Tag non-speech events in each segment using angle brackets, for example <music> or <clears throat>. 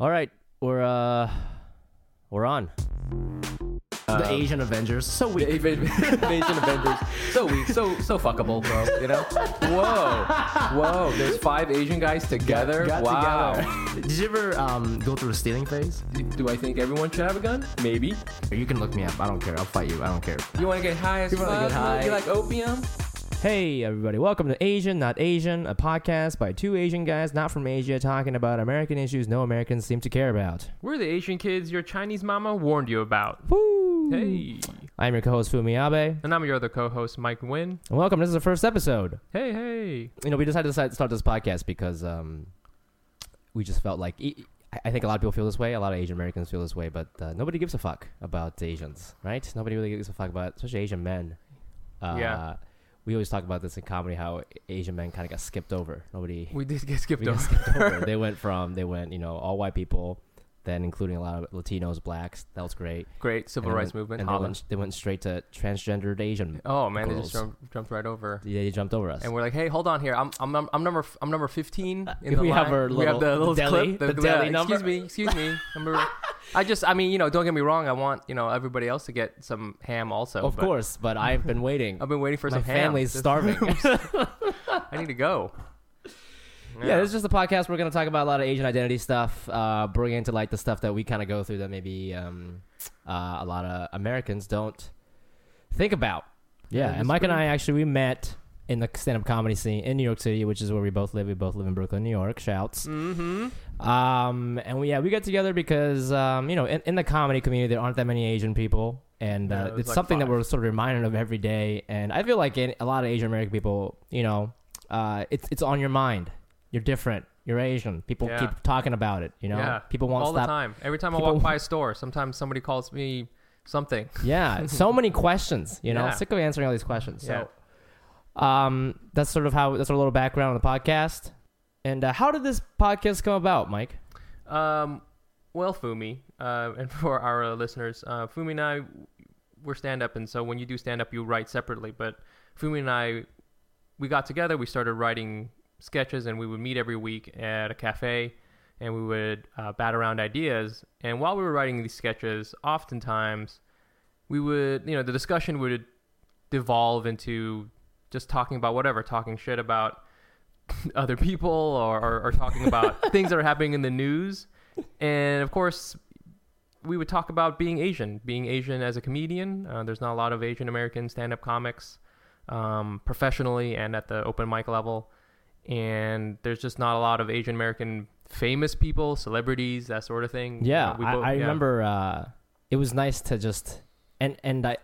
All right, we're uh, we're on. the Asian Avengers. So <laughs> The we Invasion Invasion Avengers. So weak, so so fuckable, bro. You know? Whoa, whoa. There's five Asian guys <laughs> together. got wow. together. <laughs> Did you ever um, go through a stealing phase? Do I think everyone should have a gun? Maybe. You can look me up. I don't care. I'll fight you. I don't care. You want to get high as You fuck? wanna get high. You like opium? Hey, everybody. Welcome to Asian Not Asian, a podcast by two Asian guys not from Asia talking about American issues no Americans seem to care about. We're the Asian kids your Chinese mama warned you about. Woo! Hey. I'm your co host, Fumiabe. And I'm your other co-host, Mike Nguyen. And welcome. This is the first episode. Hey, hey. You know, we decided to decide- start this podcast because um, we just felt like. e- I- I think a lot of people feel this way. A lot of Asian Americans feel this way, but uh, nobody gives a fuck about Asians, right? Nobody really gives a fuck about, especially Asian men. Uh, Yeah. We always talk about this in comedy how Asian men kind of got skipped over. Nobody. We did get skipped we got over. skipped over. <laughs> They went from they went you know all white people, then including a lot of Latinos, blacks. That was great. Great civil And then rights went- movement. And they Holland. went, they went straight to transgendered Asian. Oh man, they girls. just jumped, jumped right over. Yeah, they jumped over us. And we're like, hey, hold on here. I'm I'm num- I'm number f- I'm number 15 in Uh, if the we line. have our we little- have the the little deli- clip. the deli yeah, number. Excuse me, <laughs> excuse me. Number- I just I mean, you know, don't get me wrong. I want you know everybody else to get some ham also. of but course, but I've <laughs> been waiting. I've been waiting for My some ham. family's This- starving. <laughs> <laughs> I need to go. Yeah, this is just a podcast. We're going to talk about a lot of Asian identity stuff, uh, bring into light the stuff that we kind of go through that maybe um, uh, a lot of Americans don't think about. Yeah, Yeah, and it's Mike and pretty- I actually we met in the stand-up comedy scene in New York City, which is where we both live. We both live in Brooklyn, New York. Shouts. Mm-hmm. Um, and we yeah we got together because um, you know in, in the comedy community there aren't that many Asian people, and Yeah, uh, there's it's like something five. that we're sort of reminded of every day. And I feel like in, a lot of Asian American people, you know, uh, it's it's on your mind. You're different. You're Asian. People Yeah. keep talking about it. You know, Yeah. people won't All the stop. time. Every time I People- walk by a store, sometimes somebody calls me something. <laughs> Yeah, so many questions. You know, Yeah. sick of answering all these questions. Yeah. So, um, that's sort of how that's our little background on the podcast. And uh, how did this podcast come about, Mike? Um, well, Fumi, uh, and <laughs> for our uh, listeners, uh, Fumi and I, we're stand up, and so when you do stand up, you write separately. But Fumi and I, we got together, we started writing sketches, and we would meet every week at a cafe, and we would uh, bat around ideas. And while we were writing these sketches, oftentimes we would, you know, the discussion would devolve into just talking about whatever, talking shit about <laughs> other people or, or, or talking about things that are happening in the news. And of course, we would talk about being Asian, being Asian as a comedian. Uh, there's not a lot of Asian American stand up comics um, professionally and at the open mic level. And there's just not a lot of Asian American famous people, celebrities, that sort of thing. Yeah, You know, we I, both- I yeah. remember uh, it was nice to just and and I. I-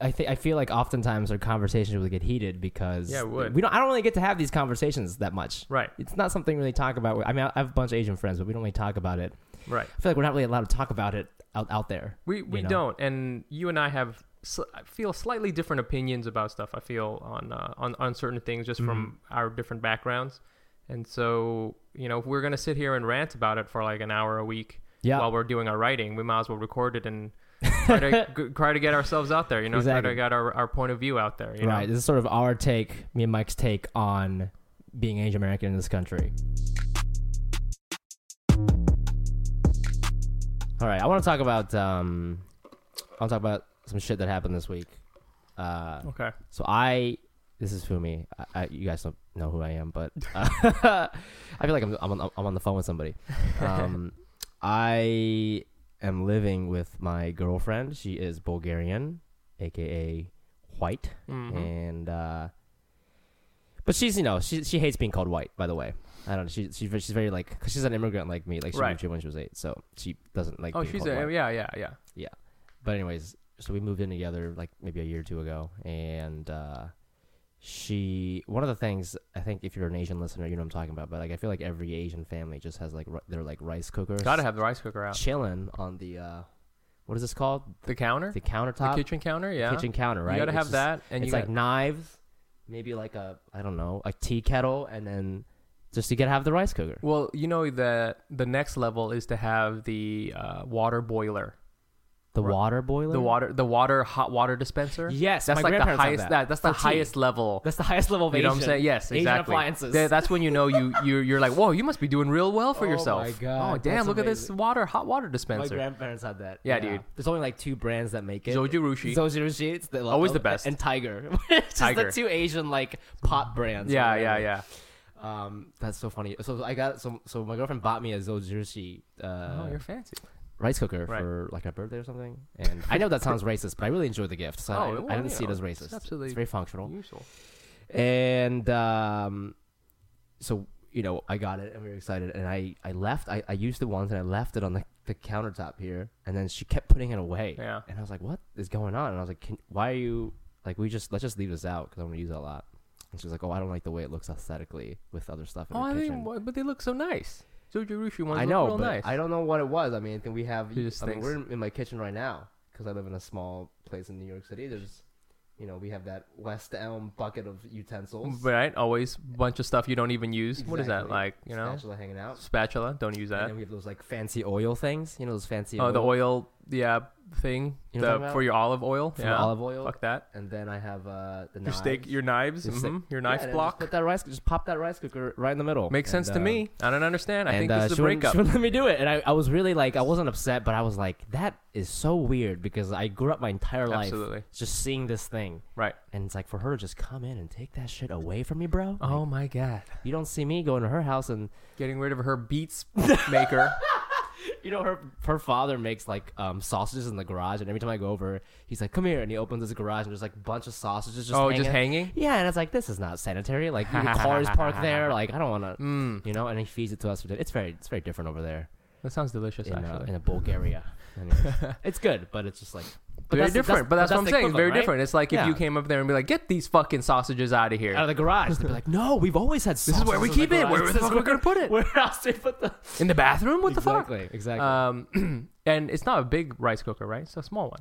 I think I feel like oftentimes our conversations would get heated because Yeah, it would. we don't. I don't really get to have these conversations that much. Right, It's not something we really talk about. I mean, I have a bunch of Asian friends, but we don't really talk about it. right. I feel like we're not really allowed to talk about it out, out there. We we know? don't, and you and I have sl- I feel slightly different opinions about stuff. I feel on uh, on on certain things just from Mm-hmm. our different backgrounds, and so you know if we're gonna sit here and rant about it for like an hour a week Yeah, while we're doing our writing, we might as well record <laughs> it and try to g- try to get ourselves out there. You know, try Exactly. to get our, our point of view out there. You right. Know? This is sort of our take, me and Mike's take on being Asian American in this country. All right, I want to talk about. Um, I want to talk about some shit that happened this week. Uh, Okay. so I, this is Fumi. I, I, you guys don't know who I am, but uh, <laughs> I feel like I'm I'm on, I'm on the phone with somebody. <laughs> Um, I am living with my girlfriend. She is Bulgarian, aka white, hmm and uh, but she's you know she she hates being called white. By the way, I don't know. She, she she's very like 'cause she's an immigrant like me. Like she Right. moved here when she was eight, so she doesn't like. Oh, being she's called white. a, yeah, yeah, yeah. But anyways, so we moved in together like maybe a year or two ago, and uh, she one of the things I think if you're an Asian listener, you know what I'm talking about. But like I feel like every Asian family just has like ri- their like rice cooker Gotta have the rice cooker out. chilling on the uh, what is this called The counter, the the countertop kitchen counter. Yeah, kitchen counter right? You gotta It's have just- that, and it's you like knives, maybe like a I don't know a tea kettle, and then just to get have the rice cooker. Well, you know that the next level is to have the uh, water boiler. The water boiler. The water, the water, hot water dispenser. Yes, that's my like the grandparents had highest. that. that's the For tea. highest level. That's the highest level of you know what I'm Asian- saying? Yes, Asian exactly. appliances. Th- That's when you know you <laughs> you're, you're like, whoa, you must be doing real well for Oh yourself. my God, Oh damn, that's look at this amazing. water, hot water my dispenser. grandparents had that. Yeah, dude. There's only like two brands that make it. Zojirushi. Zojirushi. It's the, Always the best. And Tiger. <laughs> it's just Tiger. the two Asian like pot brands. or yeah, whatever. yeah, yeah. Um, that's so funny. So I got so so my girlfriend bought me a Zojirushi uh, oh, you're fancy. rice cooker Right. for like a birthday or something. And I know that <laughs> sounds racist, but I really enjoyed the gift, so Oh, I, well, I didn't you see it know, as it's racist. absolutely it's very functional. Usual. And um, so you know, I got it, and we were excited. And I I left. I, I used it once, and I left it on the, the countertop here. And then she kept putting it away. Yeah. And I was like, "What is going on?" And I was like, Can, "Why are you like? We just let's just leave this out because I'm gonna use it a lot." And she was like, "Oh, I don't like the way it looks aesthetically with other stuff in Oh, the I kitchen." mean, wha- but they look so nice. Zojirushi ones I look know, real but nice. I don't know what it was. I mean, I think we have. Who just I mean, thinks- we're in, in my kitchen right now because I live in a small place in New York City. There's, you know, we have that West Elm bucket of utensils. Right, always bunch of stuff you don't even use. What is that Exactly. like? You know, spatula hanging out. spatula. Don't use And <laughs> that. then we have those like fancy oil things. You know, those fancy. Oh, the oil, yeah, thing You know what I'm the- talking for your olive oil. for yeah, olive oil. Fuck that. And then I have uh, the Your steak, knives. your knives, Your steak- mhm, your Yeah, knife and then Just block. put that rice. Just pop that rice cooker right in the middle. Makes And, sense to uh, me. I don't understand. I and, think uh, this is she a wouldn't- breakup. She wouldn't let me do it, and I, I was really like, I wasn't upset, but I was like, that is so weird because I grew up my entire life Absolutely. just seeing this thing, Right. and it's like for her to just come in and take that shit away from me, bro. Oh my god. You don't see me going to her house, and Getting rid of <laughs> her beats maker. you know her her father makes like um, sausages in the garage, and every time I go over, he's like, "Come here," and he opens his garage, and there's like a bunch of sausages just oh, hanging. just hanging. yeah, and it's like this is not sanitary. Like your cars parked there. Like I don't <laughs> want to, Mm, you know. And he feeds it to us. for dinner. It's very it's very different over there that sounds delicious. in uh, actually, in Bulgaria. <laughs> Anyways, it's good, but it's just like but very that's the- different. but that's, what I'm the saying. It's very equivalent, different. It's like Yeah. if you came up there and be like, "Get these fucking sausages out of here." right? Out of the garage, they'd be like, "No, we've always had. <laughs> this is where we keep it. Where the fuck <laughs> we're gonna put it? Where else do we put the? In the bathroom? <laughs> What the exactly, fuck? Exactly. Um, <clears throat> and it's not a big rice cooker, right? It's a small one.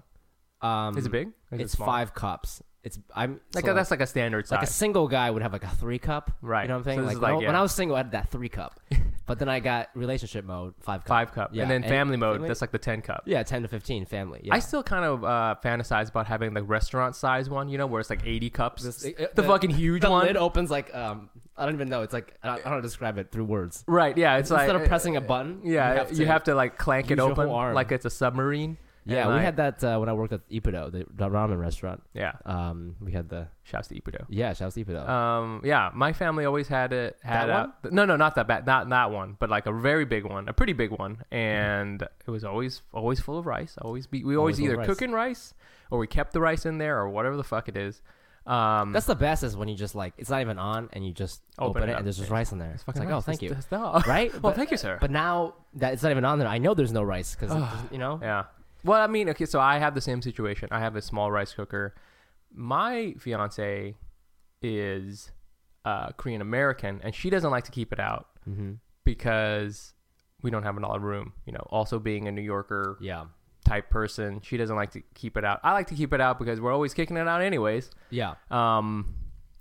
Um, Uh, Is it big? Is it it's small? five cups. It's I'm Like so, that's like a standard like a size. single guy would have like a three cup. Right. You know what I'm saying? So this like when, is like, I, when yeah. I was single, I had that three <laughs> cup. but then I got relationship mode, five cup. five cup, Yeah, and then and- family mode. family- That's like the ten cup. Yeah, ten to fifteen family. Yeah. I still kind of uh, fantasize about having the restaurant size one, you know, where it's like 80 cups. This- the, uh, fucking huge the one. lid opens like um I don't even know. It's like I don't, I don't know how to describe it through words. right, yeah. It's Instead like, eh, uh, of pressing a button, yeah, you have to, like clank use it your open whole arm. like it's a submarine. Yeah, And, we like- had that uh, when I worked at Ippudo, the, the ramen restaurant. Yeah, Um, we had the shouts to Ippudo. yeah, shout out to Ippudo. Um, yeah, my family always had it. Had That a, no, no, not that bad, not that one, but like a very big one, a pretty big one, and it was always always full of rice. Always be, we always, Always full of either rice. cooking rice or we kept the rice in there or whatever the fuck it is. Um, That's the best is when you just like it's not even on and you just Open open, it it, up. and there's just rice in there. it's It's, fucking like rice. oh thank you, <laughs> It's- it's not- right? <laughs> well, But- thank you, sir. But now that it's not even on there, I know there's no rice because you know. Yeah. Well, I mean, okay, so I have the same situation. I have a small rice cooker. My fiance is uh, Korean American, and she doesn't like to keep it out Mm-hmm. because we don't have a lot of room. You know, also being a New Yorker Yeah, type person, she doesn't like to keep it out. I like to keep it out because we're always kicking it out, anyways. yeah. Um,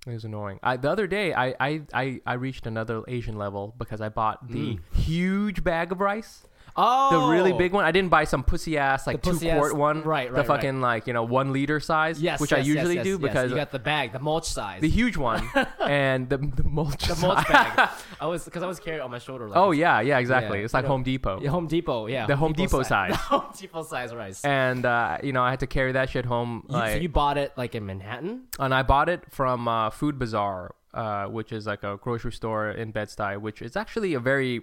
it was annoying. I, the other day, I, I, I, I reached another Asian level because I bought the huge bag of rice Oh, the really big one. I didn't buy some pussy ass like The two pussy quart ass- one, right, The right, right. fucking like you know one liter size, Yes, which I yes, yes, usually yes, do yes. because you got the bag, the mulch size, the <laughs> huge one and the the mulch. the size. <laughs> mulch bag. I was because I was carrying it on my shoulder. Like, Oh yeah, yeah, exactly. Yeah, it's like you know, Home Depot. yeah, Home Depot. Yeah, The Home <laughs> Depot si- size. the Home Depot size rice. And uh, you know, I had to carry that shit home, You- so like, you bought it like in Manhattan. and I bought it from uh, Food Bazaar, uh, which is like a grocery store in Bed Stuy, which is actually a very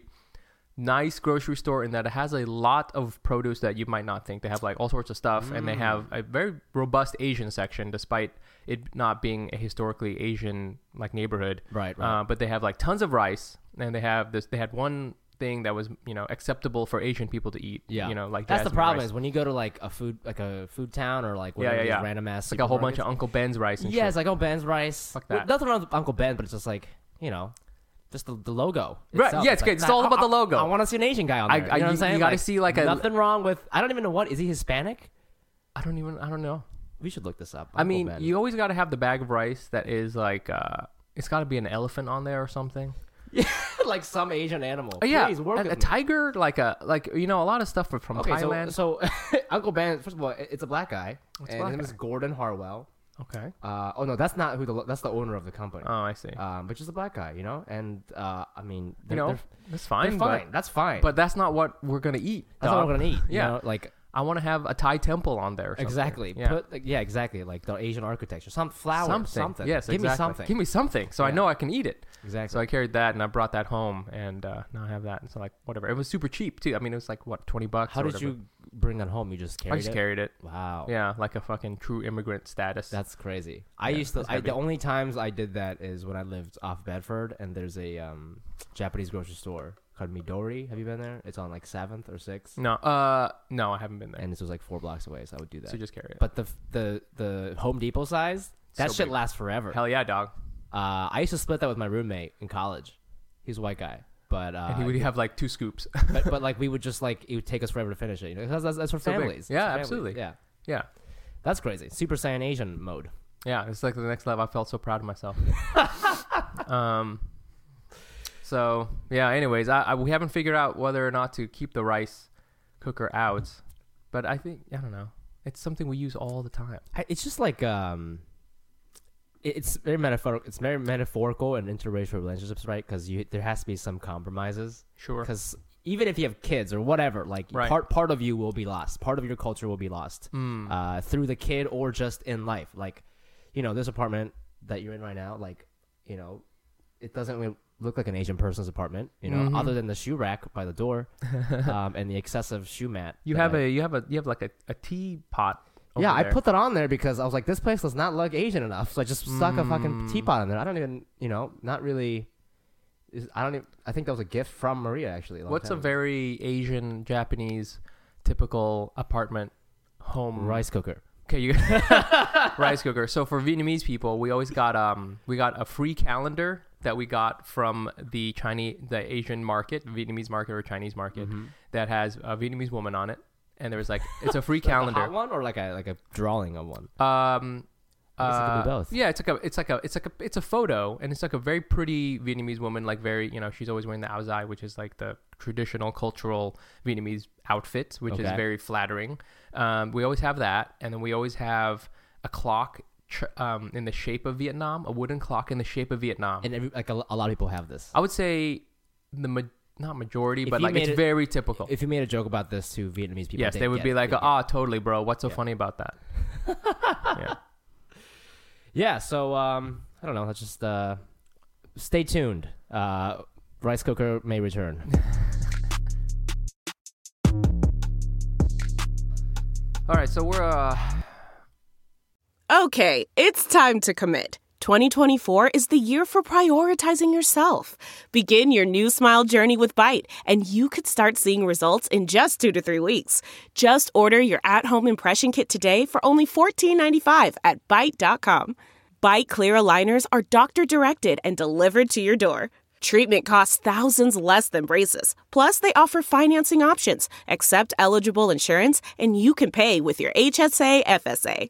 nice grocery store in that it has a lot of produce that you might not think. They have like all sorts of stuff, and they have Mm. a very robust Asian section, despite it not being a historically Asian like neighborhood. Right, Uh, but they have like tons of rice, and they have this. They had one thing that was you know acceptable for Asian people to eat. yeah, you know like that's the jasmine problem rice. is when you go to like a food like a food town or like Yeah, whatever yeah, these yeah. random ass It's like a whole bunch of Uncle Ben's rice and yeah, shit. it's like oh Ben's rice. Fuck Well, that. nothing wrong with Uncle Ben, but it's just like you know, just the, the logo. Right, itself. yeah, it's like, good. It's all I- about the I- logo. I, want to see an Asian guy on I- there. you I- know what you- I'm saying? you gotta see, like, a- nothing wrong with. I don't even know what is he Hispanic. I don't even I don't know. We should look this up. I Uncle mean, <laughs> Ben. you always got to have the bag of rice that is like uh, it's got to be an elephant on there or something. like some Asian animal. Oh, yeah, Please work a, with a me. tiger, like a like you know a lot of stuff are from Okay, so- Thailand. so, <laughs> Uncle Ben, first of all, it- it's a black guy, It's a and black his name guy. is Gordon Harwell. okay. Uh, oh no, that's not who the that's the owner of the company. Oh, I see. um, but just a black guy, you know. And uh, I mean, you they're, know, they're, that's they're fine. fine. that's fine. But, but that's not what we're gonna eat. that's not dog. what I'm gonna eat. Yeah. yeah, like I want to have a Thai temple on there. Or something. exactly. Yeah. Put like, yeah, exactly. Like the Asian architecture, some flower, something. Yes. give me exactly. something. Give me something. So I Yeah. know I can eat it. exactly. So I carried that and I brought that home and uh, now I have that. And so like whatever. It was super cheap too. I mean, it was like what twenty bucks. How or did whatever. you bring that home? You just carried I just it. carried it. Wow. Yeah, like a fucking true immigrant status. That's crazy. I Yeah, used to. it's I, gotta be- the only times I did that is when I lived off Bedford, and there's a um, Japanese grocery store called Midori. Have you been there? It's on like Seventh or Sixth, no, uh, no, I haven't been there. and this was like four blocks away, so I would do that. So just carry it. but the the the Home Depot size, that So shit big. lasts forever. Hell yeah, dog. Uh, I used to split that with my roommate in college. He's a white guy, but uh, And he would <laughs> have like two scoops. <laughs> but, but like we would just like it would take us forever to finish it. You know, 'cause that's, that's for So big. families. It's Yeah, for families. absolutely. Yeah, yeah, that's crazy. Super Saiyan Asian mode. yeah. It's like the next level. I felt so proud <laughs> of myself. um. So yeah. Anyways, I, I we haven't figured out whether or not to keep the rice cooker out, but I think I don't know. It's something we use all the time. I, it's just like um, it- it's very metaphorical. It's very metaphorical in interracial relationships, right? Because you there has to be some compromises. Sure. Because even if you have kids or whatever, like Right. part part of you will be lost. Part of your culture will be lost Mm. uh, through the kid or just in life. Like, you know, this apartment that you're in right now, like, you know, it doesn't really look like an Asian person's apartment, you know, Mhm. other than the shoe rack by the <laughs> door um, and the excessive shoe mat. You that have I- a you have a you have like a, a teapot. over yeah, I there. put that on there because I was like, this place does not look Asian enough, so I just stuck a fucking Mm. teapot in there. I don't even, you know, not really. is- I don't. Even, I think that was a gift from Maria actually. long What's a time ago. very Asian Japanese typical apartment home rice cooker? Okay, you <laughs> rice cooker. So for Vietnamese people, we always got um we got a free calendar that we got from the Chinese the Asian market, Vietnamese market or Chinese market Mm-hmm. that has a Vietnamese woman on it, and there was like it's a free <laughs> Like a hot calendar. one or like a like a drawing of one. Um. I guess it could be uh, both. Yeah, it's like a, it's like a, it's like a, it's a photo, and it's like a very pretty Vietnamese woman, like very, you know, she's always wearing the áo which is like the traditional cultural Vietnamese outfit, which is Okay. very flattering. Um, we always have that, and then we always have a clock tr- um, in the shape of Vietnam, a wooden clock in the shape of Vietnam. And every, like a, lo- a lot of people have this. I would say the ma- not majority, If but you like it's made it- very typical. If you made a joke about this to Vietnamese people, Oh. yes, they'd they would get be it. like, They'd get "Ah, totally, bro. What's so Yeah. funny about that?" yeah. "Oh." it. yeah. So um, I don't know. Let's just uh, stay tuned. Uh, rice cooker may <laughs> return. All right, so we're uh, Okay, it's time to commit. 2024 is the year for prioritizing yourself. Begin your new smile journey with Bite, and you could start seeing results in just two to three weeks. Just order your at home impression kit today for only $14.95 at Byte.com. Bite Clear Aligners are doctor directed and delivered to your door. Treatment costs thousands less than braces. Plus, they offer financing options, accept eligible insurance, and you can pay with your HSA FSA.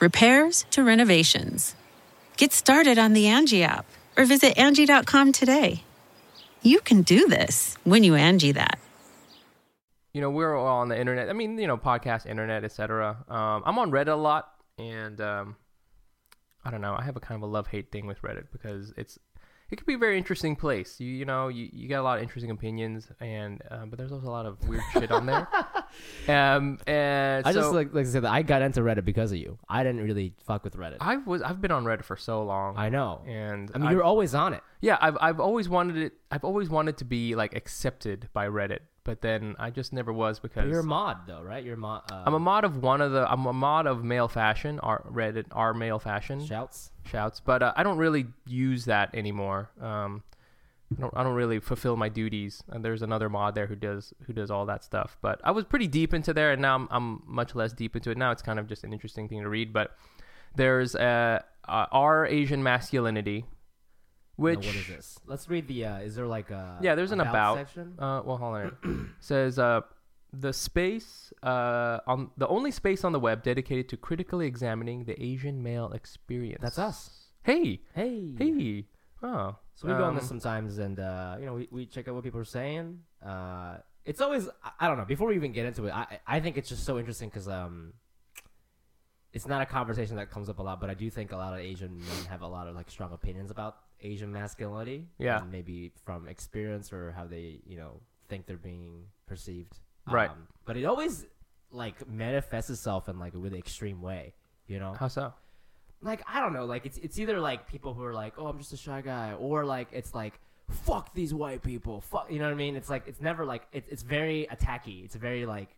repairs to renovations. Get started on the Angie app or visit Angie.com today. You can do this when you Angie that. you know we're all on the internet i mean you know podcast internet etc um, i'm on reddit a lot and um, i don't know i have a kind of a love-hate thing with reddit because it's it could be a very interesting place you you know you, you get a lot of interesting opinions and um, but there's also a lot of weird shit on <laughs> there um, and I so, just like like I said, I got into Reddit because of you. I didn't really fuck with Reddit. i was i've been on reddit for so long I know. and I mean, I've- you're always on it. Yeah, I've I've always wanted it. I've always wanted to be like accepted by Reddit, but then I just never was because You're a mod, though, right? You're a mod. Uh, I'm a mod of one of the. I'm a mod of male fashion. Our Reddit, our male fashion shouts. shouts, but uh, I don't really use that anymore. Um, I don't, I don't really fulfill my duties. And there's another mod there who does who does all that stuff. But I was pretty deep into there, and now I'm, I'm much less deep into it. Now it's kind of just an interesting thing to read. But there's a, a our Asian masculinity, Now, which what is this? Let's read the. Uh, is there like a yeah, there's an about. section? Uh, well, hold on. Says uh, the space uh, on the only space on the web dedicated to critically examining the Asian male experience. That's us. Hey, Hey, hey. Oh, So we go on um, this sometimes, and uh, you know, we, we check out what people are saying. Uh, it's always I- I don't know. Before we even get into it, I I think it's just so interesting because um, it's not a conversation that comes up a lot, but I do think a lot of Asian men have a lot of like strong opinions about Asian masculinity. Yeah. and maybe from experience or how they you know think they're being perceived. Right. Um, but it always like manifests itself in like a really extreme way. You know How so? like I don't know, like it's it's either like people who are like, oh, I'm just a shy guy, or like it's like fuck these white people, fuck, you know what I mean? It's like it's never like it's it's very attacky. It's very like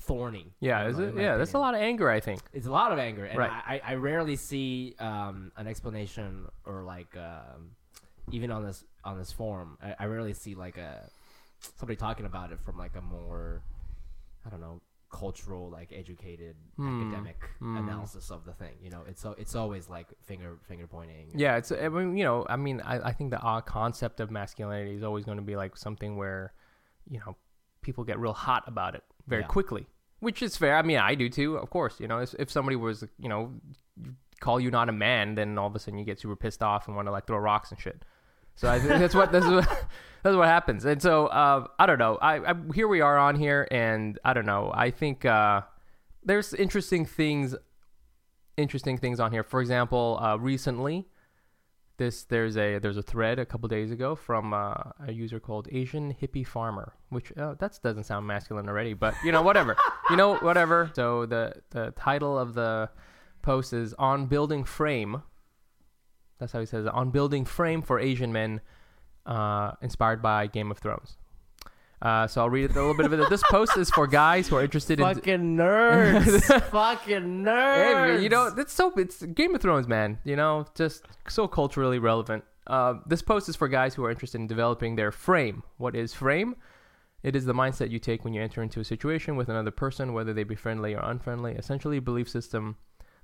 thorny. Yeah, in is my- it? in my Yeah, that's a opinion. lot of anger. I think. It's a lot of anger, and Right. I, I I rarely see um an explanation or like um even on this on this forum, I, I rarely see like a somebody talking about it from like a more I don't know cultural like educated Hmm. academic analysis of the thing you know it's so it's always like finger finger pointing Yeah, it's. I mean, you know, I mean, I, I think the uh, concept of masculinity is always going to be like something where, you know, people get real hot about it very Yeah. quickly, which is fair. I mean, I do too, of course. You know, if, if somebody was, you know, call you not a man, then all of a sudden you get super pissed off and want to like throw rocks and shit. So I, <laughs> think that's what that's what that's what happens. And so uh, I don't know. I, I here we are on here, and I don't know. I think uh, there's interesting things, interesting things on here. For example, uh, recently this there's a there's a thread a couple days ago from uh, a user called Asian Hippie Farmer, which uh, that doesn't sound masculine already, but you know whatever, you know whatever. So the the title of the post is on building frame. That's how he says it, on building frame for Asian men, uh, inspired by Game of Thrones. Uh, so I'll read a little bit of it. This post is for guys who are interested in fucking <laughs> nerds <laughs> fucking Hey, nerds man, you know, that's so it's Game of Thrones, man. You know, just so culturally relevant. Uh, this post is for guys who are interested in developing their frame. What is frame? It is the mindset you take when you enter into a situation with another person, whether they be friendly or unfriendly. Essentially, a belief system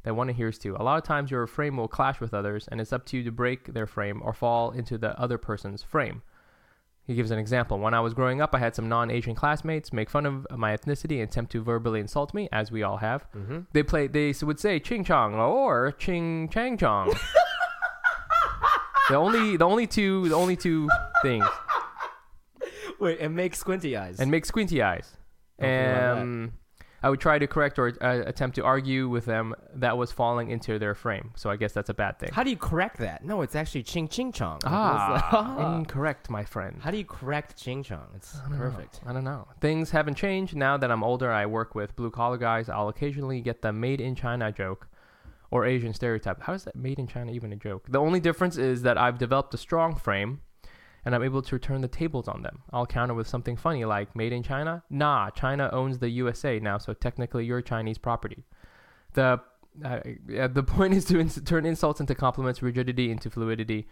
that one adheres to. A lot of times, your frame will clash with others, and it's up to you to break their frame or fall into the other person's frame. He gives an example. When I was growing up, I had some non Asian classmates make fun of my ethnicity and attempt to verbally insult me, as we all have. They play. They s- would say "ching chong" or "ching chang chong." the only, the only two, the only two things, wait and make squinty eyes and make squinty eyes. forget about Um, I would try to correct or uh, attempt to argue with them that was falling into their frame. So I guess that's a bad thing. how do you correct that no it's actually ching ching chong Like, it's like- <laughs> Ah, incorrect, my friend. how do you correct ching chong it's perfect I don't know. Things haven't changed. Now that I'm older, I work with blue collar guys. I'll occasionally get the made in China joke or Asian stereotype. How is that made in China even a joke? The only difference is that I've developed a strong frame and I'm able to turn the tables on them. I'll counter with something funny like made in China? Nah, China owns the USA now, so technically you're Chinese property. The uh, yeah, the <laughs> point is to ins- turn insults into compliments, rigidity into fluidity,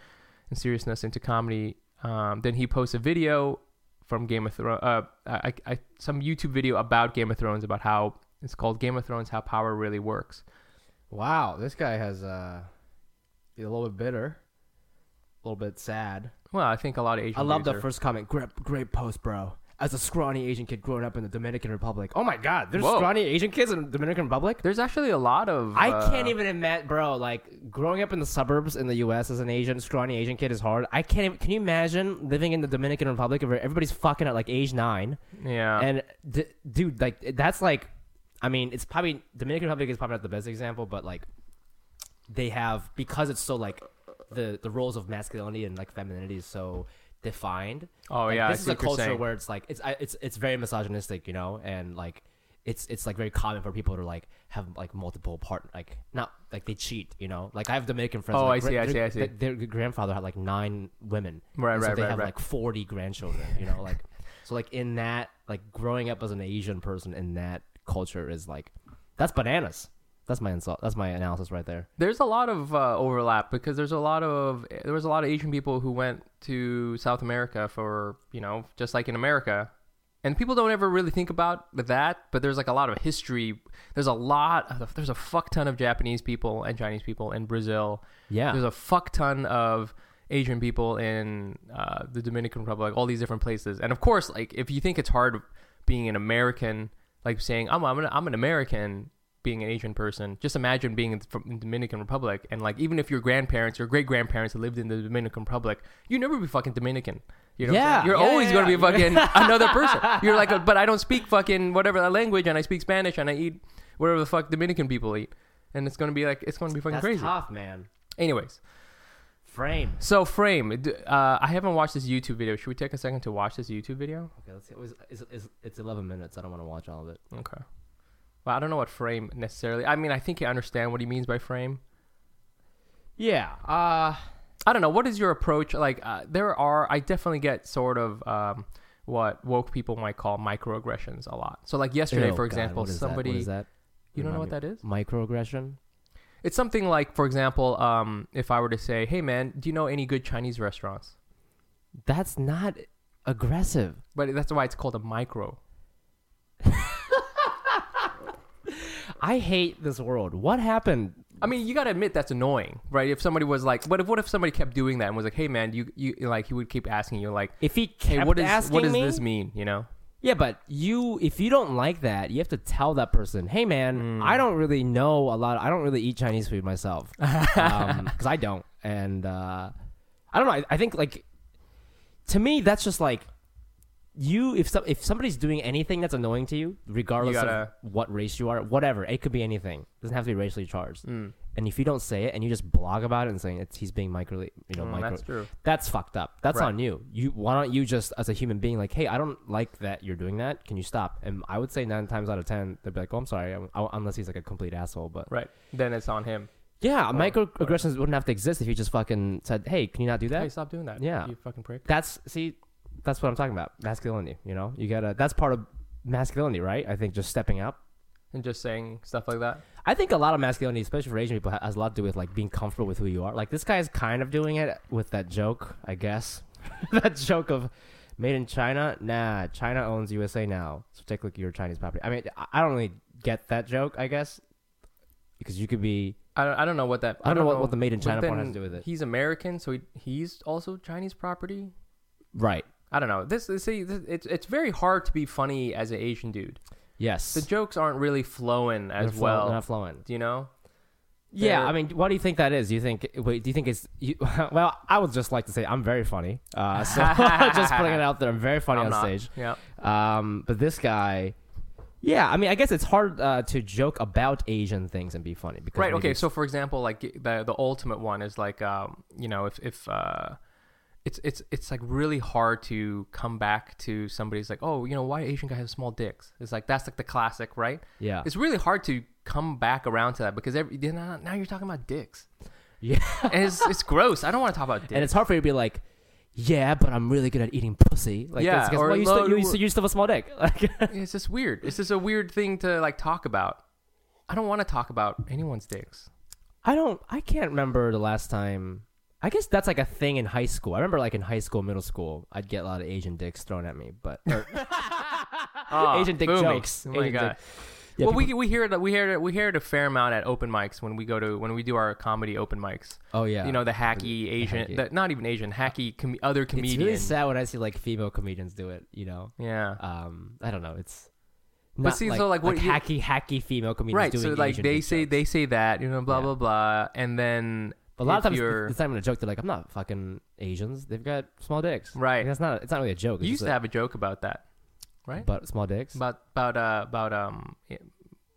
and seriousness into comedy. Um, then he posts a video from Game of Thrones, uh, I, I, some YouTube video about Game of Thrones about how it's called Game of Thrones, how power really works. Wow, this guy has uh, a little bit bitter, a little bit sad. Well, I think a lot of Asian. I love dudes that are- first comment. Great, great post, bro. As a scrawny Asian kid growing up in the Dominican Republic. Oh my God, there's Whoa. scrawny Asian kids in the Dominican Republic. There's actually a lot of. I uh, can't even imagine, bro. Like growing up in the suburbs in the U.S. as an Asian scrawny Asian kid is hard. I can't. Even, can you imagine living in the Dominican Republic where everybody's fucking at like age nine? Yeah. And d- dude, like that's like, I mean, it's probably Dominican Republic is probably not the best example, but like, they have because it's so like the the roles of masculinity and like femininity is so defined. Oh, Like, yeah, I this is see a what you're culture saying. where it's like it's I- it's it's very misogynistic, you know, and like it's it's like very common for people to like have like multiple part like not like they cheat, you know. Like I have Dominican friends. Oh, like, I see, gra- I see, their- I see. th- Their, grandfather had like nine women, Right, and so right, They right, have right. like forty grandchildren, you know, like <laughs> so like in that like growing up as an Asian person in that culture is like that's bananas. That's my insult. That's my analysis right there. There's a lot of uh, overlap because there's a lot of there was a lot of Asian people who went to South America for you know just like in America, and people don't ever really think about that. But there's like a lot of history. There's a lot. Of, there's a fuck ton of Japanese people and Chinese people in Brazil. Yeah. There's a fuck ton of Asian people in uh, the Dominican Republic. All these different places, and of course, like if you think it's hard being an American, like saying I'm I'm an, I'm an American being an Asian person. Just imagine being in the, from the Dominican Republic and like even if your grandparents or great grandparents lived in the Dominican Republic, you never be fucking Dominican. You know, what I'm Yeah, saying? you're yeah, always yeah, gonna yeah. be fucking <laughs> another person. You're like, but I don't speak fucking whatever that language, and I speak Spanish, and I eat whatever the fuck Dominican people eat, and it's gonna be like it's gonna be fucking That's crazy. tough, man. Anyways, Frame. so frame. d- Uh, I haven't watched this YouTube video. Should we take a second to watch this YouTube video? Okay, let's see. It was, it's, it's, it's 11 minutes. I don't want to watch all of it. Okay. Well, I don't know what frame necessarily. I mean, I think I understand what he means by frame. Yeah. Uh, I don't know. What is your approach? Like, uh, there are, I definitely get sort of um, what woke people might call microaggressions a lot. So, like yesterday, for example, That? Oh, somebody. What is that? You don't know Remind what me. that is? Microaggression? It's something like, for example, um, if I were to say, hey, man, do you know any good Chinese restaurants? That's not aggressive. But that's why it's called a micro. I hate this world. What happened? I mean, you gotta admit that's annoying, right? If somebody was like, what if what if somebody kept doing that and was like, hey man, you you like he would keep asking you like, If he kept hey, what is asking what does me, this mean? You know? Yeah, but you, if you don't like that, you have to tell that person, hey, man, Hmm. I don't really know a lot. I don't really eat Chinese food <laughs> myself. Because I don't. And uh, I don't know. I, I think, like, to me, that's just like, you, if, some, if somebody's doing anything that's annoying to you, regardless gotta- of what race you are, whatever, it could be anything. It doesn't have to be racially charged. Hmm. And if you don't say it and you just blog about it and saying it's, he's being micro, you know, micro, Hmm, that's true. that's fucked up. That's Right. on you. You why don't you just as a human being like, hey, I don't like that you're doing that. Can you stop? And I would say nine times out of ten, they'd be like, oh, I'm sorry, I- I- unless he's like a complete asshole. But Right. Then it's on him. yeah, microaggressions wouldn't have to exist if you just fucking said, hey, can you not do that? Hey, stop doing that. Yeah. You fucking prick. That's see, that's what I'm talking about. Masculinity. You know, you gotta. That's part of masculinity, right? I think just stepping up. And just saying stuff like that. I think a lot of masculinity, especially for Asian people, ha- has a lot to do with like being comfortable with who you are. Like this guy is kind of doing it with that joke, I guess. <laughs> that joke of made in China. Nah, China owns USA now, so take a look at your Chinese property. I mean, I- I don't really get that joke, I guess, because you could be. I don't, I don't know what that. I don't know what- what the made in China part has to do with it. He's American, so he, he's also Chinese property. Right. I don't know. This see, this, it's it's very hard to be funny as an Asian dude. Yes. The jokes aren't really flowing They're as flow- well. they're not flowing. Do you know? Yeah, They're- I mean, what do you think that is? Do you think? Wait, do you think it's? You, <laughs> well, I would just like to say I'm very funny. Uh, so <laughs> just putting it out there, I'm very funny I'm on not. stage. Yeah. Um, but this guy, yeah, I mean, I guess it's hard uh, to joke about Asian things and be funny because right we okay do- so for example like the the ultimate one is like um you know if if uh it's it's it's like really hard to come back to somebody's like oh you know why asian guys have small dicks it's like that's like the classic right Yeah. it's really hard to come back around to that because every then now now you're talking about dicks <laughs> yeah, and it's it's gross i don't want to talk about dicks and it's hard for you to be like, yeah, but I'm really good at eating pussy. Like, Yeah, that's- 'cause, or well, you, low- still, you, you still have a small dick. <laughs> Like, it's just weird it's just a weird thing to like talk about i don't want to talk about anyone's dicks I don't, I can't remember the last time. I guess that's like a thing in high school. I remember, like in high school, middle school, I'd get a lot of Asian dicks thrown at me, but or- Asian dick Boomie. jokes. Oh my Asian God. dick- Yeah, well, we, we hear it we hear it we hear it a fair amount at open mics when we go to when we do our comedy open mics. Oh, yeah. you know the hacky Asian, hacky. The, not even Asian, hacky com- other it's comedians. really sad when I see like female comedians do it. You know, Yeah, um, I don't know. It's not see, like, so, like, what you- hacky, hacky female comedians right. doing So like Asian they dick say jokes. they say that you know blah blah blah, and then But a lot if of times, you're, it's not even a joke. They're like, I'm not fucking Asians. They've got small dicks. Right. Like, that's not. It's not really a joke. It's you used just to a- have a joke about that, right? but small dicks. about about uh, about um yeah,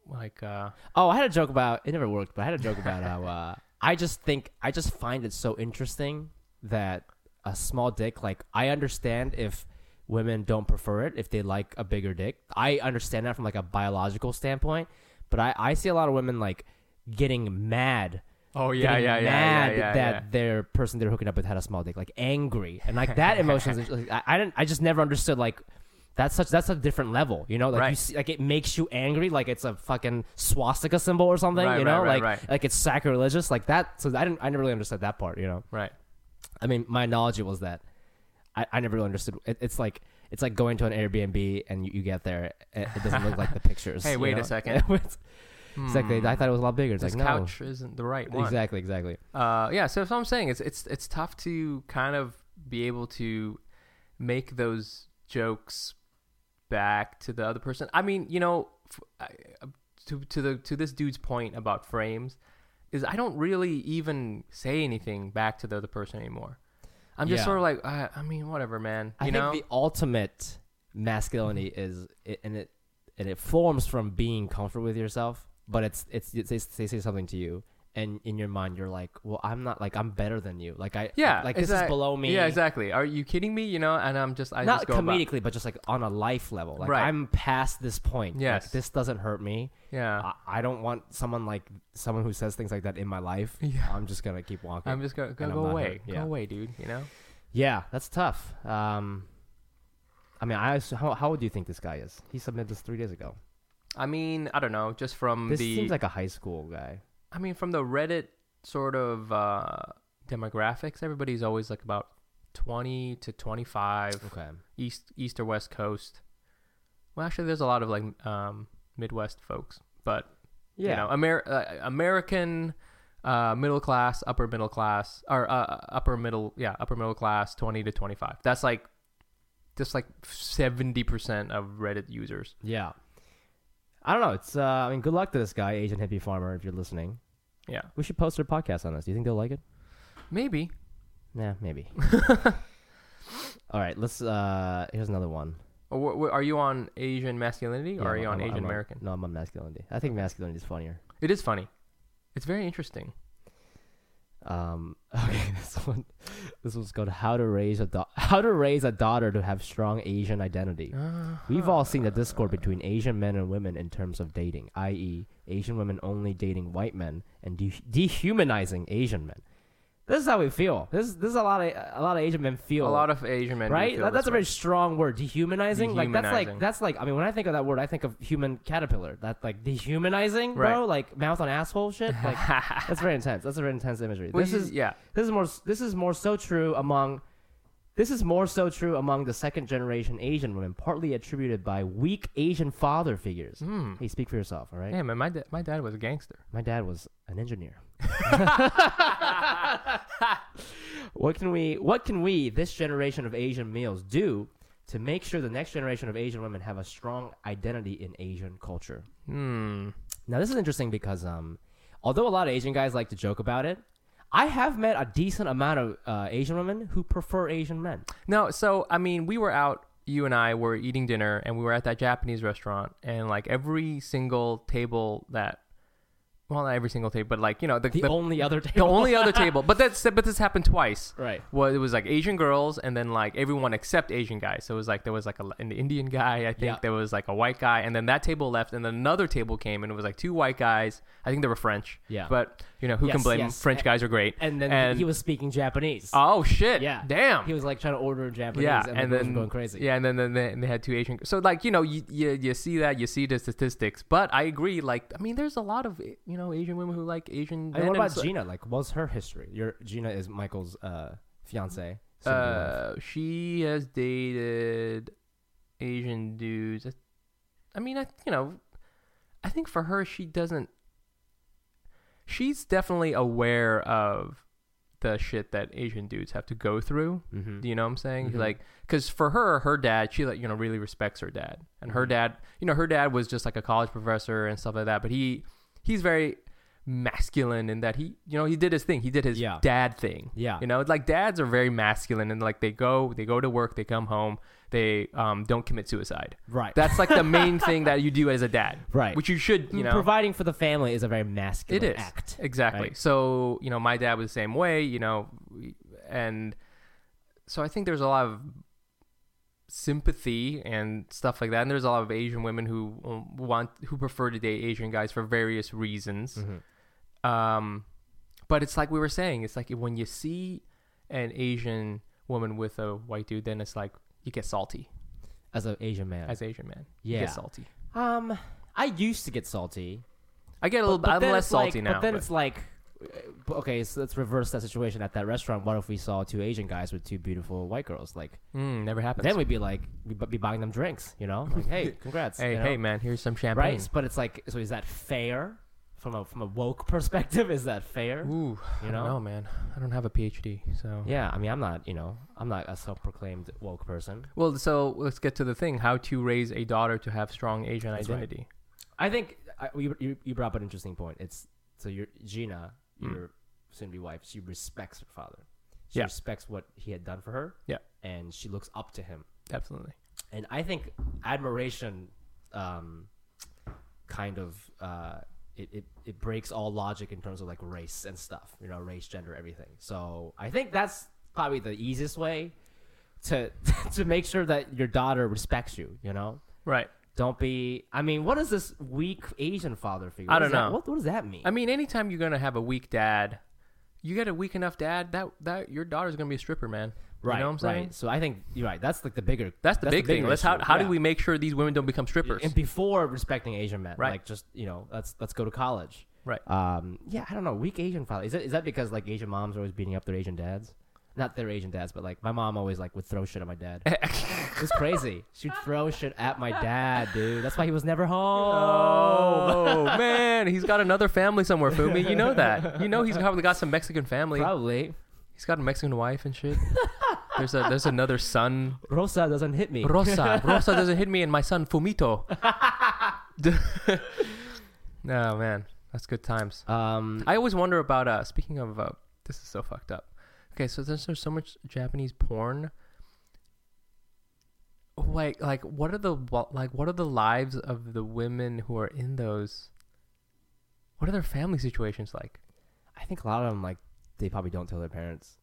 like uh oh, I had a joke about. It never worked, but I had a joke about how uh, I just think I just find it so interesting that a small dick. Like I understand if women don't prefer it if they like a bigger dick. I understand that from like a biological standpoint, but I I see a lot of women like getting mad oh yeah getting yeah yeah yeah, mad yeah, that yeah. their person <laughs> they're hooking up with had a small dick, like angry and like that emotions. like, I, I didn't. I just never understood like That's such that's a different level, you know. Like you Right. see, like it makes you angry, like it's a fucking swastika symbol or something, Right, you right, know. right, like right. like it's sacrilegious, like that. So I didn't, I never really understood that part, you know. Right. I mean, my knowledge was that I, I never really understood. It, it's like it's like going to an Airbnb and you, you get there, and it doesn't look like <laughs> the pictures. Hey, you wait a know? second. <laughs> Hmm. It's- exactly. I thought it was a lot bigger. It's This like no, couch isn't the right one. exactly, exactly. Uh, yeah. So that's what I'm saying. It's it's it's tough to kind of be able to make those jokes back to the other person. I mean, you know, f- I- uh, to to the to this dude's point about frames is I don't really even say anything back to the other person anymore. I'm just Yeah. sort of like, uh, I mean, whatever, man. I You think know, the ultimate masculinity is, it, and it and it forms from being comfortable with yourself. But it's it's, it's they, they say something to you, and in your mind you're like, well, I'm not like I'm better than you. Like I yeah, like this is exact- below me. Yeah, exactly. Are you kidding me? You know, and I'm just I not just go about- comedically, but just like on a life level. Like Right. I'm past this point. Yeah, Yes. Like, this doesn't hurt me. Yeah. I, I don't want someone like someone who says things like that in my life. Yeah. I'm just gonna keep walking. I'm just gonna go, and I'm go not away, hurt. Yeah. go away, dude. You know. Yeah, that's tough. Um, I mean, I ass- how how old do you think this guy is? He submitted this three days ago. I mean, I don't know, just from This the seems like a high school guy. I mean, from the Reddit sort of uh demographics, everybody's always like about 20 to 25 Okay. east east or west coast. Well, actually there's a lot of like um Midwest folks, but Yeah. you know, Amer- uh, American uh, middle class, upper middle class, or uh, upper middle, yeah, upper middle class, twenty to twenty five. That's like, just like seventy percent of Reddit users. Yeah. I don't know. It's uh, I mean, good luck to this guy, Asian hippie farmer. If you're listening, Yeah, we should post our podcast on this. Do you think they'll like it? maybe. Nah, <laughs> maybe. All right, let's. uh Here's another one. Or, wh- wh- are you on Asian masculinity or Yeah, are I'm- you on I'm- I'm Asian American? No, I'm on masculinity. I think masculinity is funnier. It is funny. It's very interesting. Um, <laughs> okay, this one, this one's called "How to Raise a da- How to Raise a Daughter to Have Strong Asian Identity." Uh-huh. We've all seen the discord between Asian men and women in terms of dating, i.e., Asian women only dating white men and de- dehumanizing Asian men. This is how we feel. This this is a lot of a lot of Asian men feel A lot of Asian men, do right. feel That- that's this a very way. strong word, dehumanizing. Like that's like Dehumanizing. that's like I mean, when I think of that word, I think of human caterpillar. That like dehumanizing, Right. bro. Like mouth on asshole shit. <laughs> Like that's very intense. That's a very intense imagery. Well, this you- is yeah. This is more. This is more so true among. This is more so true among the second generation Asian women, partly attributed by weak Asian father figures. Hmm. Hey, speak for yourself, all right? Yeah, man, my da- my dad was a gangster. My dad was an <laughs> engineer. <laughs> what can we what can we this generation of Asian males do to make sure the next generation of Asian women have a strong identity in Asian culture? Hmm. Now this is interesting because um although a lot of Asian guys like to joke about it, I have met a decent amount of uh, Asian women who prefer Asian men. No, so I mean, we were out. You and I were eating dinner, and we were at that Japanese restaurant, and like every single table that, well, not every single table, but like you know, the The, the, only other the table. only other table. But that's but this happened twice. Right. Well, it was like Asian girls, and then like everyone except Asian guys. So it was like there was like a, an Indian guy, I think Yeah. there was like a white guy, and then that table left, and then another table came, and it was like two white guys. I think they were French. Yeah. But you know who can Yes, blame 'em? yes. French And- guys are great. <laughs> and then he was speaking Japanese. oh shit. yeah. Damn. He was like trying to order in Japanese yeah, and, the girls were going crazy. Yeah, and then, then they, and they had two Asian. So like you know you, you you see that you see the statistics, but I agree. Like I mean, there's a lot of you know Asian women who like And Asian. men, what and about so- Gina? Like, what's her history? Your Gina is Michael's uh, fiance. Uh, she has dated Asian dudes. I- I mean, I you know, I think for her, she doesn't. She's definitely aware of the shit that Asian dudes have to go through. Mhm. Do you know what I'm saying? Like, because for her, her dad, she like you know really respects her dad, and her dad, you know, her dad was just like a college professor and stuff like that. But he, he's very masculine in that he, you know, he did his thing. He did his Yeah. dad thing. Yeah. You know, it's like dads are very masculine and like they go they go to work, they come home, they um don't commit suicide. Right. That's like the <laughs> main thing that you do as a dad. Right. Mm, Which you should, you know. providing for the family is a very masculine it is. act. Exactly. right? So, you know, my dad was the same way, you know, and so I think there's a lot of sympathy and stuff like that. And there's a lot of Asian women who um, want who prefer to date Asian guys for various reasons. Mm-hmm. Um, but it's like we were saying, it's like when you see an Asian woman with a white dude, then it's like you get salty. as an Asian man. as Asian man. Yeah. You get salty. um, I used to get salty. I get a little. But I'm then less it's like- salty now. But then but- it's like, uh, okay, so let's reverse that situation at that restaurant. What if we saw two Asian guys with two beautiful white girls? Like, Mm, never happens. then we'd be like, we'd bu- be buying them drinks, you know? Like, <laughs> hey, congrats. hey, you know? hey, man, here's some champagne. Right? But it's like, so is that fair? From a from a woke <laughs> perspective, is that fair? Ooh, You I don't know? know, man. I don't have a PhD, so Yeah, I mean, I'm not, you know, I'm not a self-proclaimed woke person. Well, so let's get to the thing: how to raise a daughter to have strong Asian That's right. identity. I think I, you, you you brought up an interesting point. It's so your Gina, Mm. your soon-to-be wife, she respects her father. She Yeah. respects what he had done for her. Yeah. and she looks up to him. Absolutely. And I think admiration, um, kind of uh, it, it it breaks all logic in terms of like race and stuff. You know, race, gender, everything. So I think that's probably the easiest way to <laughs> to make sure that your daughter respects you. You know. Right. Don't be. I mean, what is this weak Asian father figure? I What is don't that- know. what, what does that mean? I mean, anytime you're gonna have a weak dad, you get a weak enough dad that that your daughter's gonna be a stripper, man. right. You know what I'm saying? Right. So I think you're right. That's like the bigger. That's the big thing. bigger Let's how issue. how do Yeah. we make sure these women don't become strippers? And before respecting Asian men, Right. like just you know, let's let's go to college. <laughs> Right. Um. Yeah. I don't know. Weak Asian father. Is that is that because like Asian moms are always beating up their Asian dads? Not their Asian dads, but like my mom always like would throw shit at my <laughs> dad. it was crazy. She'd throw shit at my dad, dude. That's why he was never home. Oh man, he's got another family <laughs> somewhere, Fumi. You know that. You know he's probably got some Mexican family. Probably. He's got a Mexican wife and shit. There's a there's another son. Rosa doesn't hit me. <laughs> Rosa. Rosa doesn't hit me and my son Fumito. <laughs> no Oh, man. That's good times. um. I always wonder about uh speaking of uh this is so fucked up. Okay, so since there's so much Japanese porn like like what are the wa- like what are the lives of the women who are in those what are their family situations like? I think a lot of them like they probably don't tell their parents.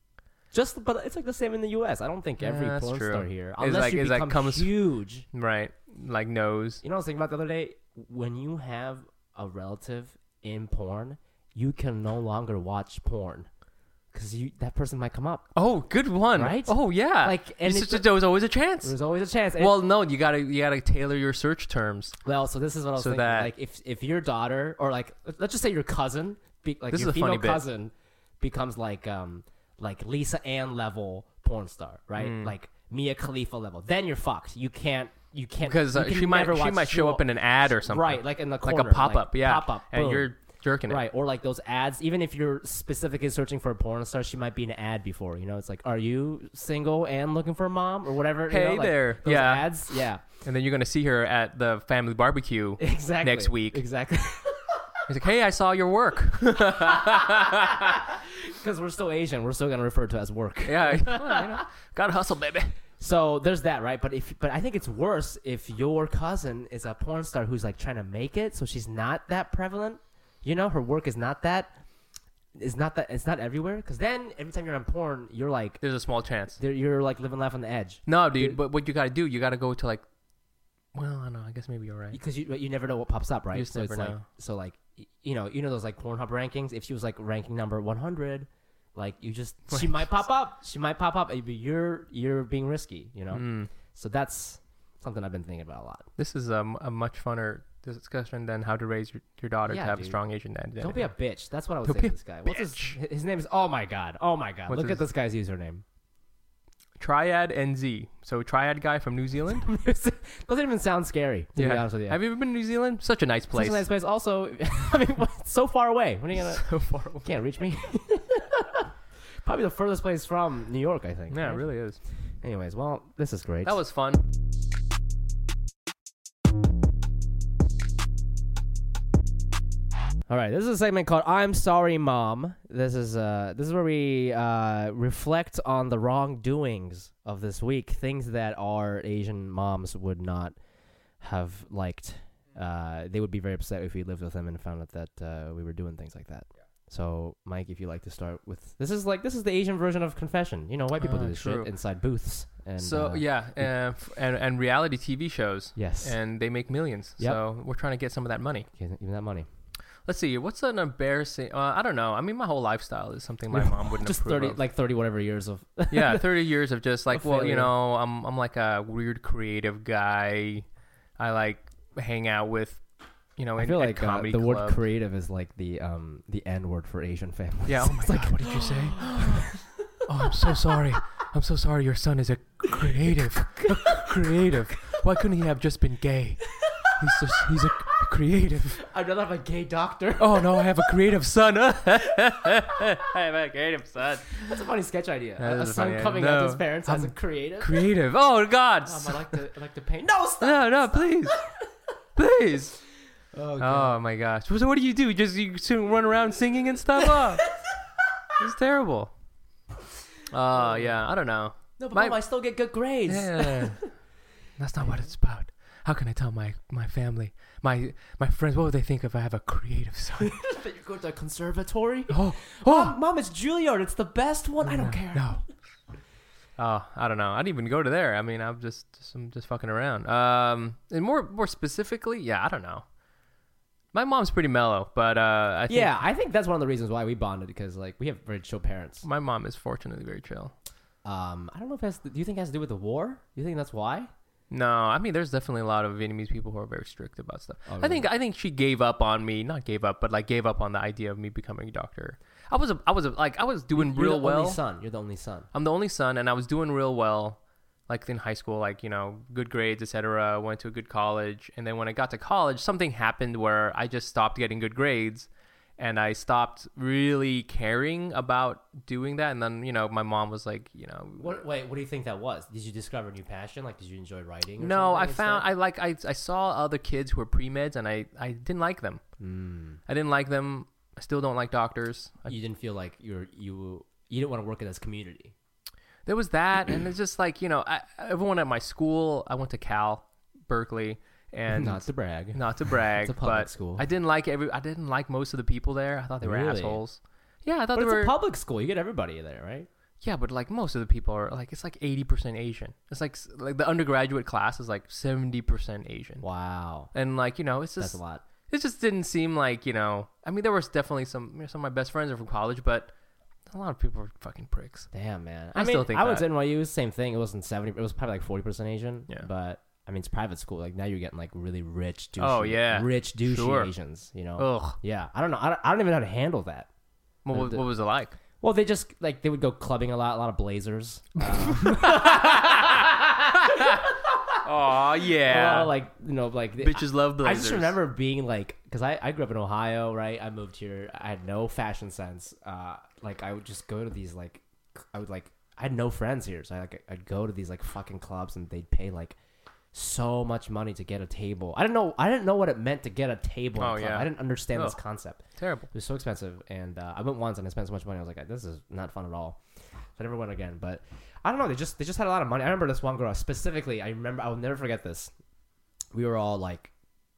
Just, but it's like the same in the U.S. I don't think Yeah, every that's porn true. star here, It's unless like- you it's like become comes- huge. Right. Like nose. You know, what I was thinking about the other day when you have a relative in porn, you can no longer watch porn because you that person might come up. Oh, good one. Right? Oh yeah. Like, Like and and it's a- there was always a chance. There's always a chance. And- Well, no, you gotta you gotta tailor your search terms. well, so this is what I was so thinking. that- like, if if your daughter or like let's just say your cousin, be, like This your is a female funny bit. cousin, becomes like um like Lisa Ann level porn star, right? Mm. Like Mia Khalifa level. Then you're fucked. You can't. You can't Because uh, you can she might never she watch- might show will- up in an ad or something. Right, like in the like corner, a pop up, like, yeah. pop up, and boom. you're jerking it. Right, or like those ads. Even if you're specifically searching for a porn star, she might be in an ad before. You know, it's like, are you single and looking for a mom or whatever? you know, Hey like, there. those Yeah. ads. Yeah, And then you're gonna see her at the family barbecue <laughs> exactly. <laughs> next week. exactly, <laughs> He's like, "Hey, I saw your work." because we're still Asian, we're still gonna refer to it as work. yeah, <laughs> well, you know, gotta hustle, baby. So there's that, right? But if, but I think it's worse if your cousin is a porn star who's like trying to make it, so she's not that prevalent. You know, her work is not that. Is not that it's not everywhere because then every time you're on porn, you're like There's a small chance. They're, you're like living life on the edge No, dude. But what you gotta do, you gotta go to like. Well, I don't know. I guess maybe you're right. because you you never know what pops up, right? just so it's never like know. so like y- you know you know those like Pornhub rankings. If she was like ranking number one hundred, like you <laughs> just she might pop up. She might pop up. but You're you're being risky, you know. So that's something I've been thinking about a lot. This is um, a much funner discussion than how to raise your, your daughter Yeah, to have dude. a strong Asian identity. Don't be a bitch. That's what I was Don't saying be to a this guy. What's his bitch. his name is? Oh my god. Oh my god. What's Look his- at this guy's <laughs> username. Triad NZ. So Triad guy from New Zealand. Doesn't even sound scary. To be honest with you. Have you ever been to New Zealand? Such a nice Such place. a nice place. Also, <laughs> I mean, what- so far away. When are you <laughs> gonna? <laughs> so far away. Can't reach me. <laughs> Probably the furthest place from New York, I think. Yeah, it right? really is. Anyways, well, this is great. That was fun. all right. This is a segment called "I'm Sorry, Mom." This is uh, this is where we uh, reflect on the wrongdoings of this week, things that our Asian moms would not have liked. Uh, they would be very upset if we lived with them and found out that uh, we were doing things like that. So, Mike, if you like to start with this is like this is the Asian version of confession. You know, white people Ah, do this true. shit inside booths. And so uh, yeah, uh, f- and and reality TV shows. Yes. and they make millions. Yep. So we're trying to get some of that money. Even that money. Let's see. What's an embarrassing? Uh, I don't know. I mean, my whole lifestyle is something my mom wouldn't just approve thirty, of. like thirty, whatever years of. <laughs> yeah, thirty years of just like, A well, failure. you know, I'm I'm like a weird creative guy. I like hang out with, you know, in, I feel at like uh, comedy the word club. creative is like the um the N word for Asian families. yeah. <laughs> Oh my god, what did <gasps> you say? oh, I'm so sorry. I'm so sorry. Your son is a creative. A creative. Why couldn't he have just been gay? He's just he's a creative. I'd rather have a gay doctor. <laughs> Oh no, I have a creative son. <laughs> I have a creative son. That's a funny sketch idea. That A- a is a son funny idea. coming out to his No. parents as a creative. Creative. Oh God. Um, I like to I like to paint. No stop. <laughs> No, no, please, please. Oh, Oh my gosh. So what do you do? You Just you soon run around singing and stuff. Oh, it's terrible. Oh yeah, I don't know. No, but My- Mom, I still get good grades. Yeah. <laughs> That's not what it's about. How can I tell my my family, my my friends, what would they think if I have a creative <laughs> son? But you go to a conservatory. Oh, Mom, Mom, it's Juilliard. It's the best one. I don't care. No. Oh, I don't know. I didn't even go to there. I mean, I'm just, just I'm just fucking around. Um, and more more specifically, yeah, I don't know. My mom's pretty mellow, but uh, I think Yeah, I think that's one of the reasons why we bonded because like we have very chill parents. my mom is fortunately very chill. Um, I don't know if it has. To, do you think it has to do with the war? You think that's why? No, I mean, there's definitely a lot of Vietnamese people who are very strict about stuff. Oh, I think I think she gave up on me, not gave up, but like gave up on the idea of me becoming a doctor. I was a, I was a, like I was doing You're real the well. Only son. You're the only son. I'm the only son, and I was doing real well, like in high school, like you know, good grades, etc. Went to a good college, and then when I got to college, something happened where I just stopped getting good grades, and I stopped really caring about doing that. And then you know, my mom was like, you know, What, wait, what do you think that was? Did you discover a new passion? Like, did you enjoy writing? Or no, I something found instead? I like I I saw other kids who were pre meds, and I I didn't like them. Hmm. I didn't like them. I still don't like doctors. I you didn't feel like you're you you didn't want to work in this community. there was that and it's just like you know I, everyone at my school i went to cal berkeley and Not to brag. not <laughs> to brag It's a public but school. i didn't like every i didn't like most of the people there i thought they were Really? assholes yeah i thought But they it's were a public school. You get everybody there, right? yeah but like most of the people are like it's like 80% asian it's like s- like the undergraduate class is like 70% asian Wow, and like you know it's that's just a lot. it just didn't seem like you know i mean there was definitely some you know, some of my best friends are from college but a lot of people are fucking pricks Damn, man. I still think I went that. to NYU. Same thing. It wasn't seventy. It was probably like forty percent Asian. Yeah. But I mean, it's private school. Like now you're getting like really rich. Douchey, Oh, yeah. Rich douchey Sure. Asians. You know. ugh Yeah. I don't know. I don't, I don't even know how to handle that. what, what, what was it like Well, they just like they would go clubbing a lot. A lot of blazers. oh A lot yeah of like you know like the- Bitches love I just blazers. remember being like because I, I grew up in Ohio, right? I moved here. I had no fashion sense. Uh, like I would just go to these like I would like I had no friends here, so I like I'd go to these like fucking clubs and they'd pay like so much money to get a table. I didn't know I didn't know what it meant to get a table. in a Oh, club. yeah. I didn't understand this Ugh. concept. Terrible. It was so expensive, and uh, I went once and I spent so much money. I was like, this is not fun at all. So I never went again. But I don't know. They just they just had a lot of money. I remember this one girl specifically. I remember I will never forget this. We were all like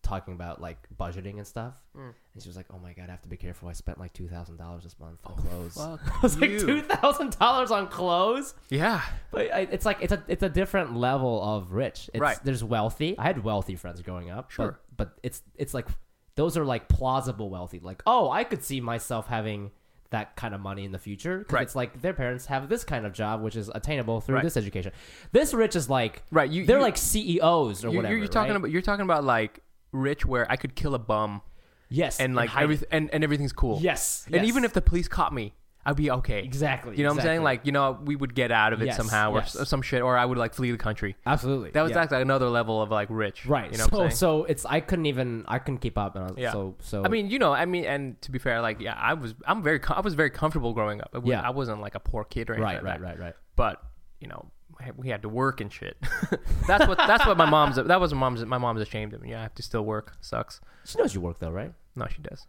talking about like budgeting and stuff, and she was like, "Oh my god, I have to be careful. I spent like two thousand dollars this month on clothes. <laughs> I was like you. two thousand dollars on clothes." Yeah. But I, it's like it's a it's a different level of rich. It's, Right. There's wealthy. I had wealthy friends growing up. Sure. But, but it's it's like those are like plausible wealthy. Like oh, I could see myself having that kind of money in the future because Right. it's like their parents have this kind of job which is attainable through Right. this education. This rich is like Right, you- they're you- like CEOs or You, whatever. are talking right? about you're talking about like rich where I could kill a bum yes and like hide it. everyth- and, and everything's cool. Yes, And yes. even if the police caught me, I'd be okay. Exactly, You know what I'm saying? exactly. Like, you know, we would get out of it Yes, somehow or yes. s- some shit or I would like flee the country. absolutely That was yeah. that's like another level of like rich. right. You know so what I'm saying? so it's I couldn't even I couldn't keep up and I was, yeah. so so I mean, you know, I mean, and to be fair, like, yeah, I was, I'm very, com- I was very comfortable growing up. I, was, Yeah. I wasn't like a poor kid or anything. right like right that. right right. but you know we had to work and shit. <laughs> that's what that's what my mom's that was my mom's my mom's ashamed of me. Yeah, I have to still work. Sucks. She knows you work though, right? No, she does.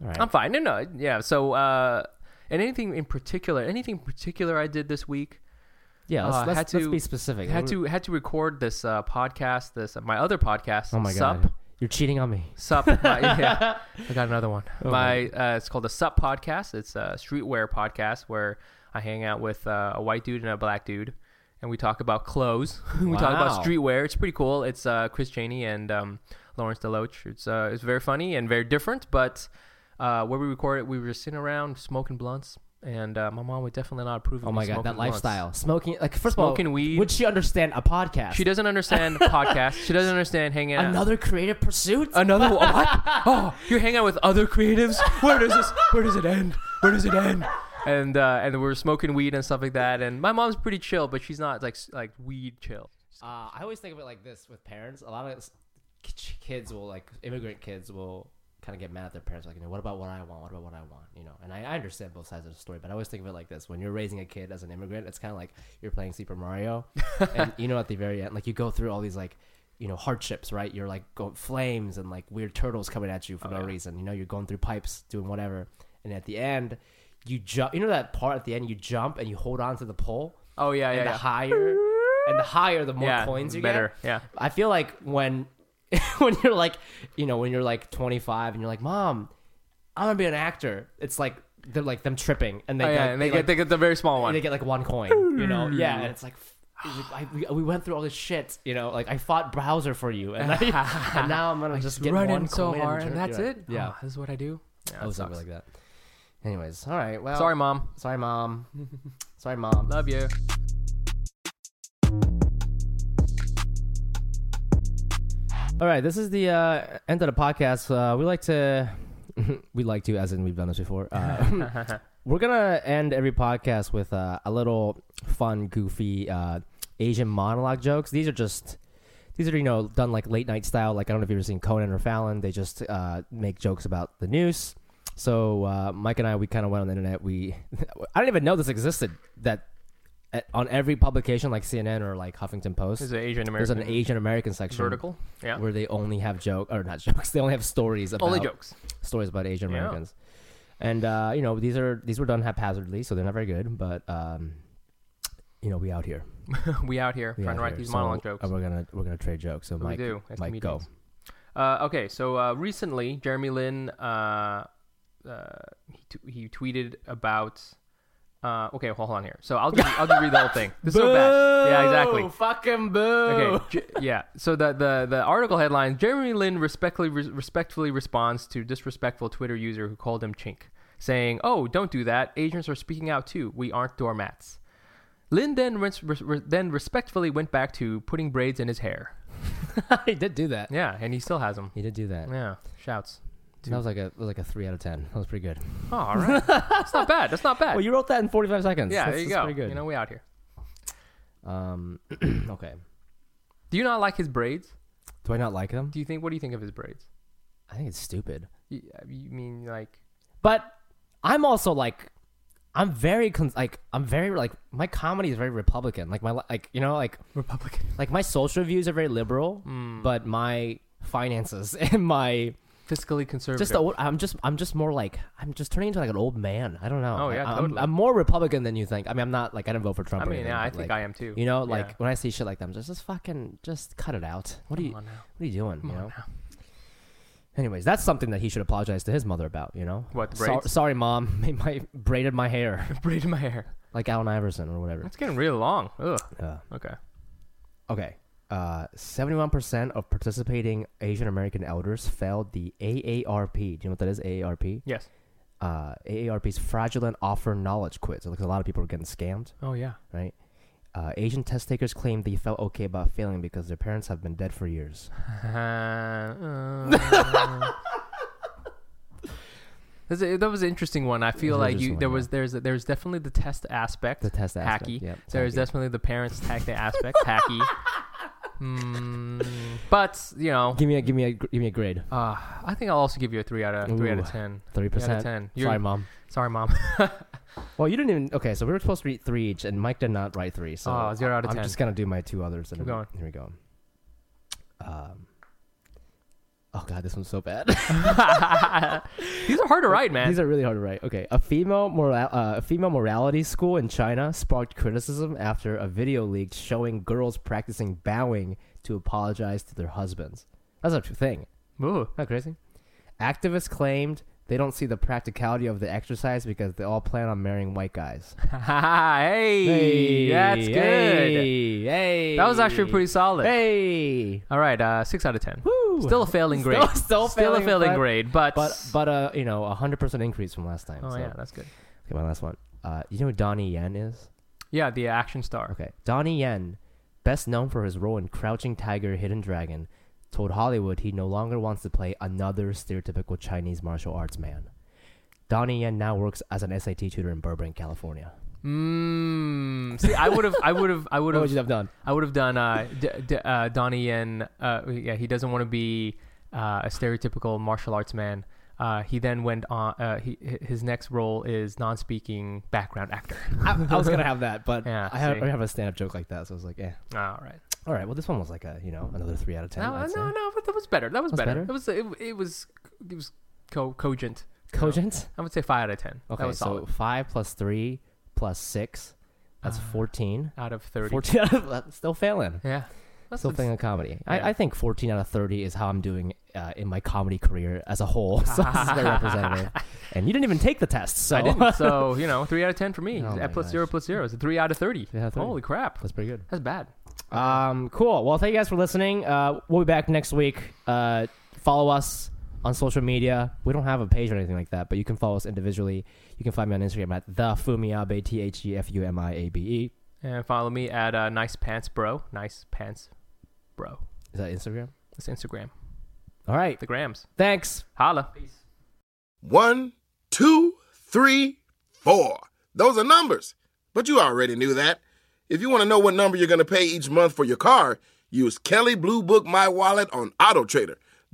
All right. I'm fine. No, no, yeah. So, uh, and anything in particular, anything particular I did this week. yeah, uh, let's, I let's, had let's to- be specific. Had to had to record this uh, podcast, this my other podcast. Oh my Sup. god. You're cheating on me. Sup, my, <laughs> yeah, I got another one. Oh, my uh, it's called the Sup Podcast. It's a streetwear podcast where I hang out with uh, a white dude and a black dude, and we talk about clothes. <laughs> we talk Wow. about streetwear. It's pretty cool. It's uh, Chris Cheney and um, Lawrence Deloach. It's uh, it's very funny and very different. But uh, where we recorded, we were sitting around smoking blunts, and uh, my mom would definitely not approve of Oh me my god, smoking that blunts. lifestyle, smoking. Like first of Smoking all, weed. Would she understand a podcast? She doesn't understand podcasts. She doesn't understand hanging out. Another creative pursuit. Another one? What? Oh, you hang out with other creatives? Where does this? Where does it end? Where does it end? And uh, and we're smoking weed and stuff like that. And my mom's pretty chill, but she's not like s- like weed chill. Uh, I always think of it like this with parents. A lot of s- k- kids will like immigrant kids will kind of get mad at their parents, like, you know, what about what I want? What about what I want? You know, and I, I understand both sides of the story, but I always think of it like this: when you're raising a kid as an immigrant, it's kind of like you're playing Super Mario, and you know, at the very end, like you go through all these like. You know hardships, right? You're like go flames and like weird turtles coming at you for no reason. You know you're going through pipes, doing whatever, and at the end, you jump. You know that part at the end, you jump and you hold on to the pole, Oh yeah, yeah, and yeah. the higher and the higher the more Yeah, coins you better, get. yeah. I feel like when <laughs> when you're like you know, when you're like twenty five and you're like, Mom, I'm gonna be an actor. It's like they're like them tripping and they, Oh, go- yeah, and they, they, get like, they get the very small and one. they get like one coin. You <laughs> know? Yeah. And it's like f- I, we, we went through all this shit, you know. Like I fought Browser for you, and, I, <laughs> and now I'm gonna just get Run one in so coin hard, turn- and that's yeah. it. Yeah, Oh, this is what I do. Yeah, oh, it something sucks. like that. Anyways, all right. Well, Sorry, mom. sorry, <laughs> mom. sorry, mom. Love you. All right, this is the uh, end of the podcast. Uh, we like to, <laughs> we like to, as in we've done this before. <laughs> Uh, we're gonna end every podcast with uh, a little fun, goofy uh, Asian monologue jokes. These are just, these are you know done like late night style. Like I don't know if you've ever seen Conan or Fallon. They just uh, make jokes about the news. So uh, Mike and I, we kind of went on the internet. We, <laughs> I didn't even know this existed. That at, on every publication like CNN or like Huffington Post, There's an Asian there's American an Asian American section vertical. Yeah. where they only have joke or not <laughs> jokes. They only have stories about Only jokes. <laughs> stories about Asian Yeah. Americans. And uh, you know these are these were done haphazardly, so they're not very good. But um, you know we out here. we out here We trying out to write here. these So- monologue jokes. And we're gonna we're gonna trade jokes. So we Mike, do as Mike, go. comedians. Uh, okay, so uh, recently Jeremy Lin uh, uh, he, t- he tweeted about. Uh, okay, hold on here. So I'll just, I'll just read the whole thing. This is so bad. Yeah, exactly. Fucking boo. Okay, J- yeah. So the the the article headline: Jeremy Lin respectfully respectfully responds to disrespectful Twitter user who called him chink, saying, "Oh, don't do that. Asians are speaking out too. We aren't doormats." Lin then res- res- res- then respectfully went back to putting braids in his hair. <laughs> he did do that. Yeah, and he still has them. He did do that. Yeah, shouts. That was like a that was like a three out of ten. That was pretty good. Oh, all right. That's not bad. That's not bad. Well, you wrote that in forty five seconds. yeah, That's- there you that's go. Pretty good. You know, we out here. um, <clears throat> okay. Do you not like his braids? Do I not like them? Do you think? What do you think of his braids? I think it's stupid. You, uh, you mean like? but I'm also like, I'm very cons- like, I'm very like, my comedy is very Republican. Like my li- like, you know, like Republican. Like my social views are very liberal, Hmm. but my finances <laughs> and my Fiscally conservative. just old, I'm just I'm just more like I'm just turning into like an old man. I don't know. Oh, yeah, I, am totally. I'm more Republican than you think. I mean, I'm not like I didn't vote for Trump. I or mean, anything, yeah, I but, think like, I am too. You know, Yeah. like when I see shit like that, I'm just, just fucking just cut it out. What are you on now. What are you doing? you know. Anyways, that's something that he should apologize to his mother about. You know. What, the So- braids? sorry, mom. <laughs> I my, braided my hair <laughs> braid in my hair. like Alan Iverson or whatever. It's getting really long. Ugh. Yeah. Okay. Okay. Uh, 71% of participating Asian American elders failed the AARP. Do you know what that is? AARP? Yes. Uh, AARP's fraudulent offer knowledge quiz. It looks a lot of people are getting scammed, Oh yeah. right? Uh, Asian test takers claim they felt okay about failing because their parents have been dead for years. <laughs> Uh, uh. <laughs> That's a- that was an interesting one. I feel an like you interesting there one, was there's there's definitely the test aspect, The test aspect, hacky. yep, it's There's hacky. definitely the parents tack the aspect, <laughs> hacky. Mm, but you know, Give me a give me a gr- give me a grade. uh, I think I'll also give you a three out of three out of Ooh, ten. Thirty percent. ten. You're- Sorry, mom. Sorry, mom. <laughs> Well, you didn't even. Okay, so we were supposed to read three each, and Mike did not write three. So Oh, zero out of I'm 10. just gonna do my two others. And Keep then- going. Here we go. Um. Oh god, this one's so bad. <laughs> These are hard to write, man. These are really hard to write. Okay, a female moral, uh, a female morality school in China sparked criticism after a video leaked showing girls practicing bowing to apologize to their husbands. That's a true thing. Ooh. <laughs> Not crazy. Activists claimed they don't see the practicality of the exercise because they all plan on marrying white guys. hey, that's good. Hey, hey. That was actually pretty solid. Hey. All right, uh, six out of ten. Woo. Woo! Still a failing grade. Still, still failing, a failing but- grade, but But but uh, you know, a hundred percent increase from last time. oh so. yeah, that's good. Okay, my last one. Uh, you know who Donnie Yen is? Yeah, the action star. Okay, Donnie Yen, best known for his role in Crouching Tiger, Hidden Dragon, told Hollywood he no longer wants to play another stereotypical Chinese martial arts man. Donnie Yen now works as an SAT tutor in Burbank, California. Mm, see, I would have, I would have, I <laughs> would What would you have, have done? I would have done uh, D- D- uh, Donnie Yen. Uh, yeah, he doesn't want to be uh, a stereotypical martial arts man. Uh, he then went on. Uh, he, his next role is non-speaking background actor. <laughs> I, I was gonna have that, but Yeah, I, have, see. I have a stand-up joke like that, so I was like, yeah. All right. All right, well, this one was like a you know another three out of ten. No, I'd say. no, no. But that was better. That was Was better. better? It was. It, it was. It was co- cogent. Cogent. I would say five out of ten. Okay, that was so solid. five plus three plus six, that's fourteen. out of thirty. Fourteen <laughs> out of that's still failing. Yeah. That's Still failing that's- a comedy. yeah. I, I think fourteen out of thirty is how I'm doing uh, in my comedy career as a whole. <laughs> So this is very <laughs> representative. And you didn't even take the test, so <laughs> I didn't. So you know, three out of ten for me. Oh At my plus gosh. zero plus zero is a three out of thirty. out of 30. Holy crap! that's pretty good. That's bad. Um, cool. Well, thank you guys for listening. Uh, we'll be back next week. Uh, follow us on social media. We don't have a page or anything like that, but you can follow us individually. You can find me on Instagram at the Fumiabe T H E F U M I A B E. And follow me at uh, Nice Pants Bro. Nice Pants Bro. Is that Instagram? That's Instagram. All right. The Grams. Thanks. Holla. Peace. One, two, three, four. Those are numbers. But you already knew that. If you want to know what number you're going to pay each month for your car, use Kelly Blue Book My Wallet on Auto Trader.